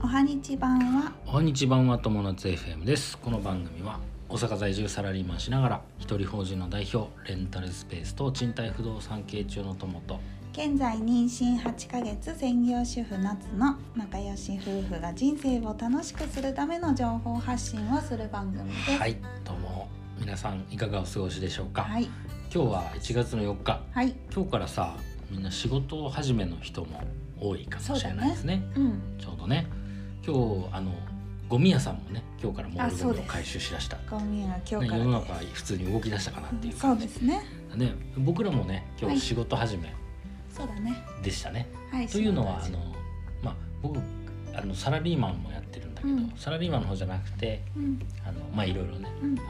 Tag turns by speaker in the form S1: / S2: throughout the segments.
S1: はにちばんは
S2: おはにちばんは友達 FM ですこの番組は大阪在住サラリーマンしながら一人法人の代表レンタルスペースと賃貸不動産系中の友と
S1: 現在妊娠8ヶ月専業主婦夏の仲良し夫婦が人生を楽しくするための情報発信をする番組です。
S2: はいどうも皆さんいかがお過ごしでしょうか、
S1: はい、
S2: 今日は1月の4日
S1: はい、
S2: 今日からさみんな仕事始めの人も多いかもしれないですね
S1: うん、
S2: ちょうどね今日あのゴミ屋さんもね今日からモ
S1: あ
S2: ール
S1: そ
S2: ゴ
S1: う
S2: ミ
S1: で
S2: を
S1: す
S2: 回収しだした、ね、
S1: ゴミは今
S2: 世
S1: 日か
S2: の
S1: ら
S2: 中普通に動き出したかなって
S1: で
S2: いう
S1: す。そう
S2: 感
S1: で
S2: じ
S1: すね。
S2: ね僕らもね今
S1: は
S2: 日
S1: い
S2: 仕事始め
S1: そうだね。
S2: でしたね、
S1: はい。
S2: というのはあ
S1: そうだ
S2: の、まあ、僕あのサラリーマンもやってるんだけど、
S1: うん
S2: サラリーマンの方じゃなくて
S1: うん、
S2: あのまあいろいろね
S1: うん
S2: あ、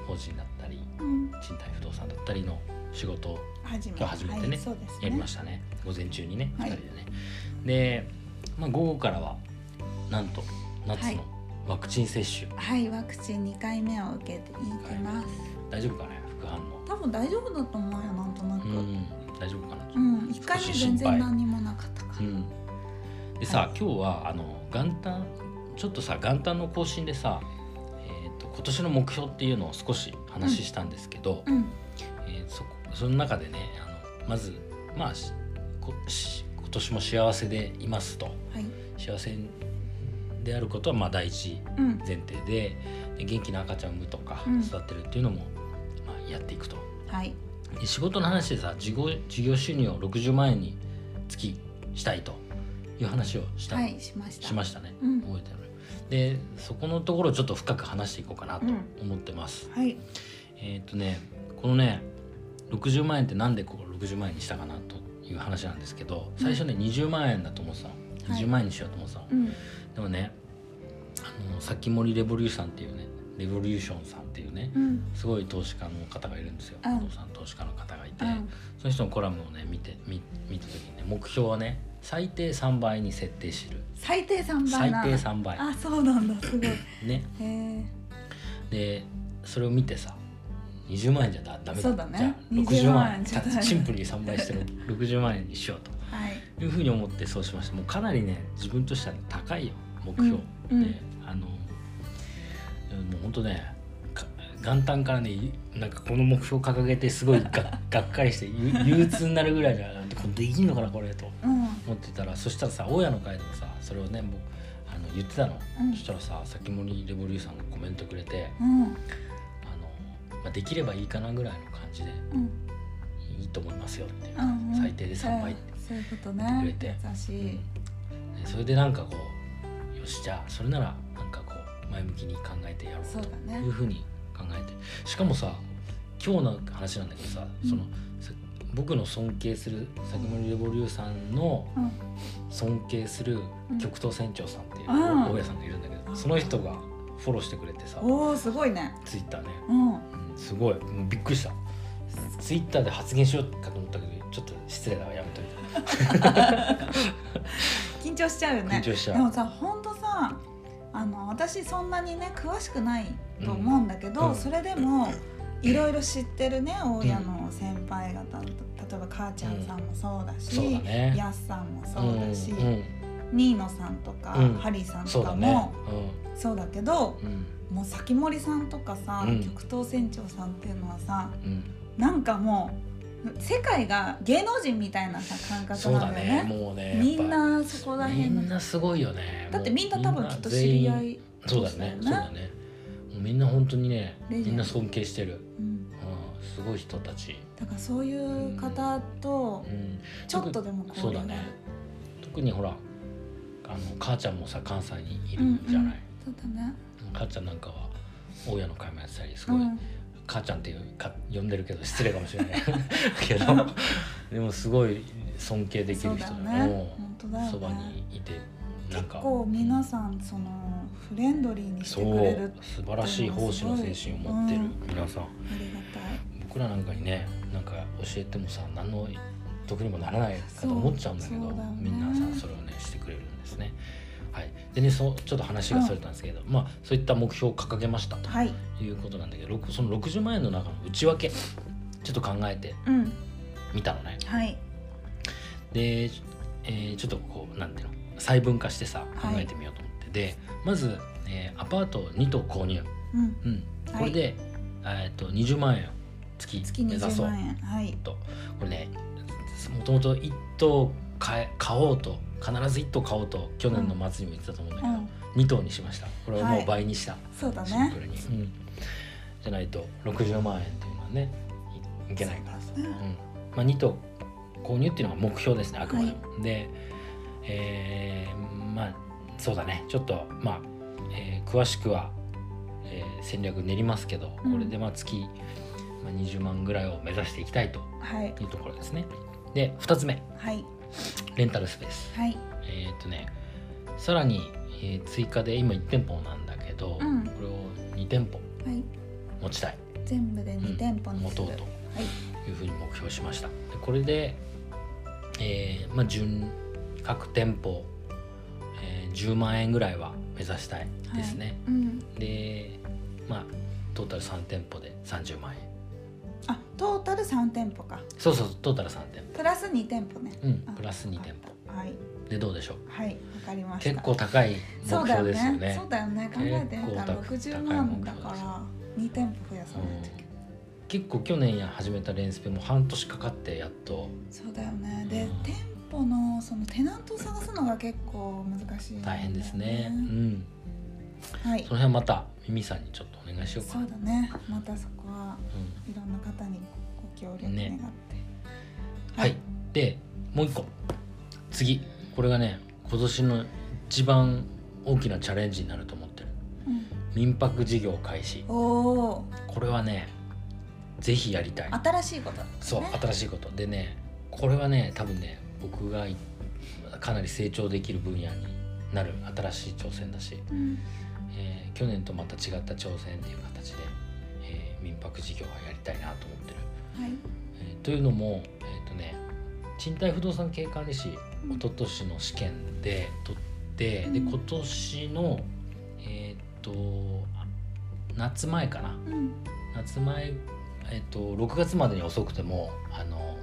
S2: の法人だったり
S1: うん、
S2: 賃貸不動産だったりの仕事を
S1: 初め
S2: 今日初めてね
S1: はい、そうですね。
S2: やりましたね午前中にね
S1: は
S2: 2
S1: い
S2: 人でね、で、まあ、午後からはなんと夏のワクチン接種、
S1: はい、ワクチン2回目を受けていきます。
S2: 大丈夫かね副反応
S1: 多分大丈夫だと思うよ、なんとなく。
S2: う
S1: うん、
S2: ん大丈夫かな
S1: 一回目全然何もなかったから。
S2: うん、でさ、今日はあの元旦ちょっとさ元旦の更新でさ、えー、と今年の目標っていうのを少し話したんですけど、
S1: うん、
S2: えーそこその中でねあのまずまあしこし今年も幸せでいますと
S1: はい、
S2: 幸せであることはまあ第一
S1: うん、
S2: 前提でで元気な赤ちゃんを産むとか
S1: うん
S2: 育てるっていうのも、まあ、やっていくと。
S1: はい、
S2: で仕事の話でさ事業事業収入を60万円につきしたいという話をした、
S1: はい、しました。
S2: しましたね、
S1: うん
S2: 覚えてるでそこのところをちょっと深く話していこうかなと
S1: うん
S2: 思ってます、
S1: はい、
S2: えーっ、とねこのね60万円ってなんでここ60万円にしたかなという話なんですけど最初ね、20万円だと思ってたの
S1: はい
S2: 20万円にしようと思ってたの、
S1: うん、
S2: でもねあのさっき森レボリューションっていうねレボリューションさんっていうね、
S1: うん、
S2: すごい投資家の方がいるんですよ、
S1: うん
S2: 不動産投資家の方がいて、
S1: うん
S2: その人のコラムをね見て見見た時にね目標はね最低3倍に設定する
S1: 最低三倍
S2: 最
S1: な。
S2: 低3倍
S1: あ、そうなんだ、すごい。へ
S2: ね
S1: え、
S2: でそれを見てさ20万円じゃだダメだ
S1: そうだね
S2: じゃあ
S1: 20
S2: 60万円
S1: ちょっと
S2: じゃあシンプルに3倍してろ60万円にしよう
S1: はい、
S2: というふうに思ってそうしましたもうかなりね自分としては高いよ目標、
S1: うんうん
S2: であのもうほんとねか元旦からねゆなんかこの目標掲げてすご いががっかりしてゆ憂鬱になるぐらいじゃこれできんのかなこれと
S1: うん、
S2: 思ってたらそしたらさ大家の会でもさそれをねもうあの言ってたの、
S1: うん
S2: そしたらさ先森レボリューさんがコメントくれて
S1: うん、
S2: あの、まあ、できればいいかなぐらいの感じで
S1: うん、
S2: いいと思いますよっていう、
S1: うんうん
S2: 最低で3倍って、
S1: うんそういうこと
S2: くれ
S1: ね。
S2: て
S1: 優しい。
S2: でそれでなんかこうよしじゃあそれならなんかこう前向きに考えてやろう
S1: そうだ
S2: と
S1: ね
S2: いう。ふうに考えてしかもさ今日の話なんだけどさ、
S1: うん
S2: そのさ僕の尊敬する先森レボリューさんの
S1: うん、
S2: 尊敬する
S1: うん
S2: 極東船長さんっていう
S1: あー
S2: 大家さんがいるんだけ
S1: あー
S2: どその人がフォローしてくれてさ
S1: おお、すごいね。
S2: ツイッターね、
S1: うん、
S2: うんすごいもうびっくりしたツイッターで発言しようかと思ったけどちょっと失礼だからやめといた
S1: 緊張しちゃうよね。
S2: 緊張しち
S1: で
S2: ゃ
S1: も
S2: う
S1: さほんとさあの私そんなにね詳しくないと思うんだけど、
S2: うん
S1: それでもいろいろ知ってるね大家の先輩方、例えば母ちゃんさんもそうだし、
S2: そうだね
S1: やすさんもそうだし、
S2: うんうん
S1: ニーノさんとか、
S2: うん
S1: ハリーさん
S2: そ
S1: と
S2: うだ
S1: か
S2: ね
S1: もそうだけど
S2: うんうん
S1: もう先森さんとかさ、
S2: うん
S1: 極東船長さんっていうのはさ
S2: うん
S1: なんかもう世界が芸能人みたいなさ感覚
S2: そう
S1: な
S2: だ
S1: んだよ
S2: ね
S1: ね。
S2: もうね
S1: みん
S2: やっ
S1: なそこ
S2: ぱ
S1: ら
S2: み
S1: 辺の
S2: んなすごいよね
S1: だって
S2: もう
S1: みんな多分きっと知
S2: 全員
S1: り合い
S2: そう
S1: 同
S2: だね
S1: 士
S2: そう
S1: だよ
S2: だねもうみんな本当にね
S1: レジェンド
S2: みんな尊敬してる、
S1: うん
S2: うん、すごい人たち、
S1: だからそういう方と
S2: うん、
S1: ちょっとでも
S2: そう
S1: 流
S2: だ
S1: が
S2: ね
S1: ある
S2: 特にほらあの母ちゃんもさ関西にいるじゃない、
S1: そうだね
S2: 母ちゃんなんかは大家の会もやってたりす
S1: う
S2: ごい、
S1: ん
S2: 母ちゃんっていうか呼んでるけど失礼かもしれない けどでもすごい尊敬でき
S1: そ
S2: る
S1: う
S2: 人
S1: だね
S2: だも
S1: 本当
S2: う
S1: だよ
S2: そば
S1: ね
S2: にいてな
S1: 結
S2: んか
S1: 構皆さんそのフレンドリーにし
S2: そ
S1: てくれ
S2: う
S1: る
S2: 素晴らしい奉仕の精神を持ってる
S1: うん
S2: 皆さん
S1: ありがたい
S2: 僕らなんかにねなんか教えてもさ何の得にもならないかと思っちゃうんだけど
S1: そうそうだよね
S2: みんなさそれをねしてくれるんですね。はい、でねそうちょっと話がそれたんですけど、まあそういった目標を掲げましたと
S1: はい
S2: いうことなんだけどろくその60万円の中の内訳ちょっと考えて
S1: うん
S2: みたのね。
S1: はい
S2: で、えーちょっとこうなんていうの細分化してさ考
S1: はい
S2: えてみようと思って、でまず、えーアパート2棟購入、
S1: うん、
S2: うん、
S1: はい
S2: これで、えー、と20万円を月
S1: 月
S2: 目指
S1: 20
S2: そう
S1: 万円はい
S2: とこれねもともと1棟買え買おうと必ず1棟買おうと去年の末にも言ってたと思う
S1: う
S2: んだけど、
S1: ん
S2: 2棟にしましたこれをもう倍にした、
S1: そうだ
S2: シン
S1: ね
S2: プルに、うん、じゃないと60万円っていうのはねいいけないからさ、
S1: そう
S2: うん
S1: だね
S2: まあ、2棟購入っていうのが目標ですねあくまでも、でえーまあそうだねちょっとまあ、えー詳しくは、えー戦略練りますけどこれでまあ月、まあ、20万ぐらいを目指していきたいと
S1: はい
S2: いうところですねで2つ目
S1: はい
S2: レンタルスペース
S1: はい
S2: えーっ、とねさらに、えー追加で今1店舗なんだけど、
S1: うん
S2: これを2店舗
S1: はい
S2: 持ちたい
S1: 全部で
S2: うん
S1: 2店舗に
S2: 持
S1: す
S2: と
S1: る、
S2: うと
S1: はい
S2: いうふうに目標しましたでこれで、えーまあ、順各店舗、えー10万円ぐらいは目指したいですね、
S1: うん
S2: でまあトータル3店舗で30万円
S1: あトータル3店舗か
S2: そうそうトータル3店
S1: プラス2店舗ね
S2: 舗うん
S1: あ
S2: プラス2店舗
S1: はい
S2: でどうでしょう
S1: はいわかりました
S2: 結構高い
S1: そ
S2: 目
S1: うだよ
S2: 標ですよ
S1: ね
S2: ね
S1: そうだよね考えてみたら
S2: 結構
S1: 60
S2: 高い
S1: 万
S2: 目標
S1: だ
S2: です
S1: から2店舗増やさないといけない
S2: 結構去年や始めたレンスペも半年かかってやっと
S1: そうだよねで、
S2: うん
S1: 店舗のそのテナントを探すのが結構難しいんだよ
S2: 大変ですねうん
S1: はい
S2: その辺またミミさんにちょっとお願いしようか
S1: そう
S2: な
S1: だねまたそこは
S2: うん
S1: いろんな方にご協力願って、
S2: ねはい、でもう一個次これがね今年の一番大きなチャレンジになると思ってる
S1: うん
S2: 民泊事業開始
S1: おお
S2: これはねぜひやりたい
S1: 新しいことだね
S2: そう新しいことでねこれはね多分ね僕がいかなり成長できる分野になる新しい挑戦だし、
S1: うん
S2: えー去年とまた違った挑戦っていう形で、えー民泊事業はやりたいなと思ってる
S1: はい
S2: えーというのも、えーとね、賃貸不動産経管理士
S1: うん
S2: 一昨年の試験で取って、
S1: うん
S2: で今年のえっ、とあ夏前かな
S1: うん
S2: 夏前、えー、と6月までに遅くてもあの、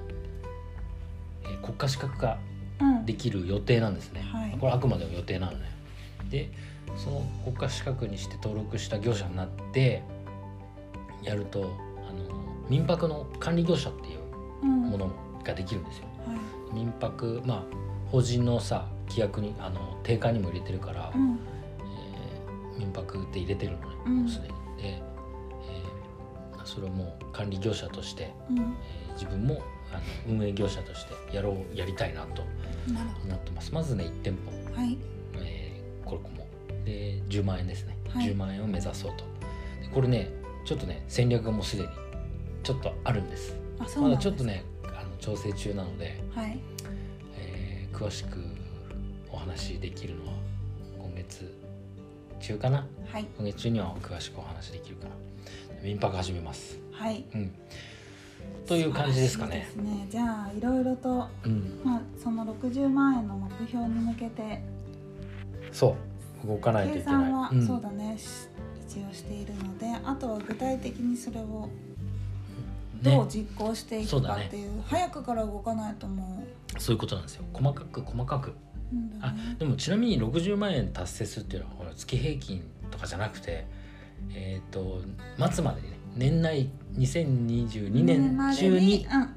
S2: えー国家資格化
S1: うん
S2: できる予定なんですね、
S1: はい
S2: これあくまでも予定なのねでその国家資格にして登録した業者になってやるとあの民泊の管理業者っていう
S1: うん
S2: ものができるんですよ。
S1: はい
S2: 民泊まあ法人のさ規約にあの定価にも入れてるから、
S1: うん
S2: えー民泊って入れてるのね、
S1: うん
S2: もうすでに。で、えーそれをもう管理業者として、え
S1: う
S2: ー自分もあの運営業者としてやろうやりたいなと
S1: んなるほ
S2: 思ってます。まずね1店舗、
S1: どはい
S2: えーこれこもで10万円ですね、
S1: はい
S2: 10万円を目指そうと。でこれねちょっとね戦略がもうすでにちょっとあるんです。
S1: あそう
S2: ま
S1: なん
S2: だ
S1: です
S2: ちょっとねあの調整中なので、
S1: はい
S2: えー詳しくお話しできるのは今月中かな
S1: はい
S2: 今月中には詳しくお話しできるかな民泊始めます
S1: はい
S2: うんという感じですかね
S1: 素晴らしいですねじゃあいろいろと
S2: うん
S1: まあその60万円の目標に向けて
S2: そう動かないとい
S1: 計
S2: けな
S1: 算
S2: い
S1: は
S2: うん
S1: そうだね、し一応しているのであとは具体的にそれをどう
S2: ね、
S1: 実行してい
S2: そ
S1: く
S2: うだ
S1: か
S2: ね
S1: っていう早くから動かないとも
S2: そういうことなんですよ細かく細かく
S1: うなんだ
S2: あ
S1: よね
S2: でもちなみに60万円達成するっていうのはほら月平均とかじゃなくてえっ、と末までにね年内2022年中に
S1: うんうん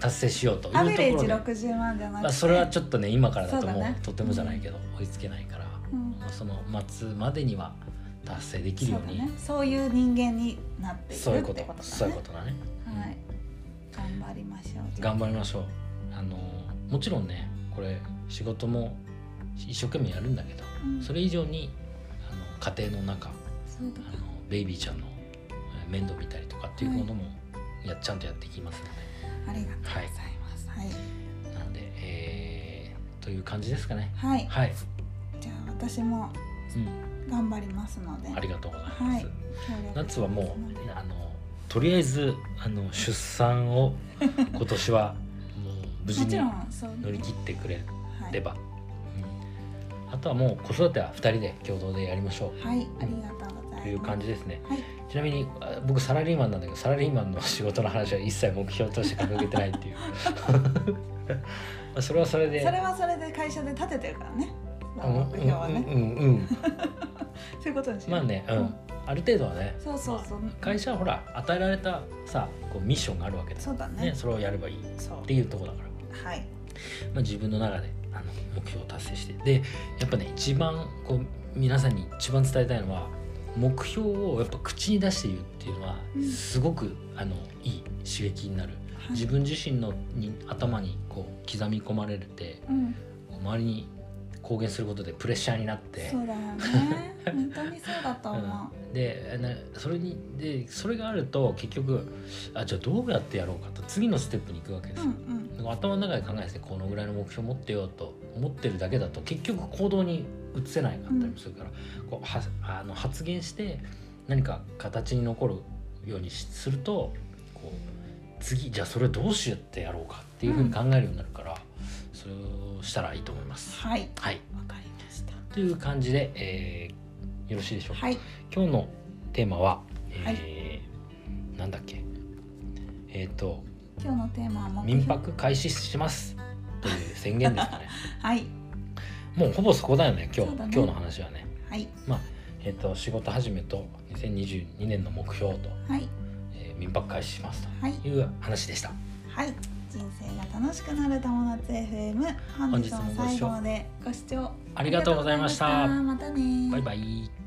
S2: 達成しようというと
S1: アベレー
S2: こ
S1: ジ
S2: ろで
S1: 60万じゃなくて、
S2: まあ、それはちょっとね今からだともう
S1: そうだね
S2: とてもじゃないけど追いつけないから、
S1: うん
S2: まあその末までには達成できる
S1: そ
S2: よ
S1: う
S2: う
S1: だ
S2: に
S1: ねそういう人間になってい
S2: そう,、いう
S1: る
S2: こ
S1: って
S2: と
S1: こと
S2: そ
S1: だ
S2: ういうこ
S1: ね
S2: とだね
S1: はい頑張りましょう
S2: 頑張りましょうあのもちろんねこれ仕事も一生懸命やるんだけど
S1: うん
S2: それ以上にあの家庭の中あ
S1: そうだ
S2: のベイビーちゃんのえー面倒見たりとかっていうものもや、ちゃんとやっていきますので
S1: ありがとうございますはい、
S2: なので、えーという感じですかね
S1: はい、
S2: はい、
S1: じゃあ私も
S2: うん、
S1: 頑張りますので
S2: ありがとうございます、
S1: はい
S2: 夏はもうあのとりあえずあの出産を今年は もう無
S1: う
S2: 事
S1: もち
S2: に
S1: ろんそうね
S2: 乗り切ってくれ
S1: はい
S2: れば、うんあとはもう子育ては2人で共同でやりましょ
S1: はい、ありがとうございます。
S2: うという感じですね
S1: はい、
S2: ちなみにあ僕サラリーマンなんだけどサラリーマンの仕事の話は一切目標として掲げてないっていう まあそれはそれで
S1: それはそれで会社で立ててるからね。の目標はね、
S2: うんうんうんうん
S1: そういうことです
S2: まあ
S1: ね。
S2: ね、うん
S1: うん
S2: ある程度はね
S1: そうそうそう。
S2: 会社はほら与えられたさこうミッションがあるわけです
S1: そうだ
S2: ね
S1: ね。
S2: それをやればいいっ
S1: そう。
S2: ていうところだから、
S1: はい。
S2: まあ、自分の中であの目標を達成してでやっぱね一番こう皆さんに一番伝えたいのは目標をやっぱ口に出して言うっていうのは
S1: うん
S2: すごく、あのいい刺激になる
S1: はい
S2: 自分自身のに頭にこう刻み込まれて
S1: うん。
S2: 周りに公言することでプレッシャーになって
S1: そうだよ ね。本当にそうだと思
S2: うんでなそれにでそれがあると結局あじゃあどうやってやろうかと次のステップに行くわけで
S1: う。
S2: す
S1: う
S2: よ、
S1: ん
S2: 頭の中で考えてこのぐらいの目標持ってようと思ってるだけだと結局行動に移せないかったりもするから、こうはあの発言して何か形に残るようにしするとこう次じゃあそれどうしようってやろうかっていうふうに考えるようになるから、それをしたらいいと思いま
S1: うん。
S2: す。
S1: はい。
S2: はい、
S1: わかりました。
S2: という感じで、えーよろしいでしょうか。
S1: はい。
S2: 今日のテーマは、えー
S1: は
S2: なんだっけえっ、と
S1: 今日のテーマは目標
S2: 民。泊開始しますという宣言ですか ね
S1: はい。
S2: もうほぼそこだよね今日、
S1: そうだね
S2: 今日の話はね
S1: はい。
S2: えっ、と仕事始めと2022年の目標と、
S1: はい。
S2: えー民泊開始します
S1: はい。
S2: という話でした
S1: はい。人生が楽しくなる友達 FM 本日も
S2: 本日もご視
S1: 最
S2: 聴
S1: 後までご視聴
S2: ありがとうございました
S1: ありがとうございましたまたね
S2: バイバイ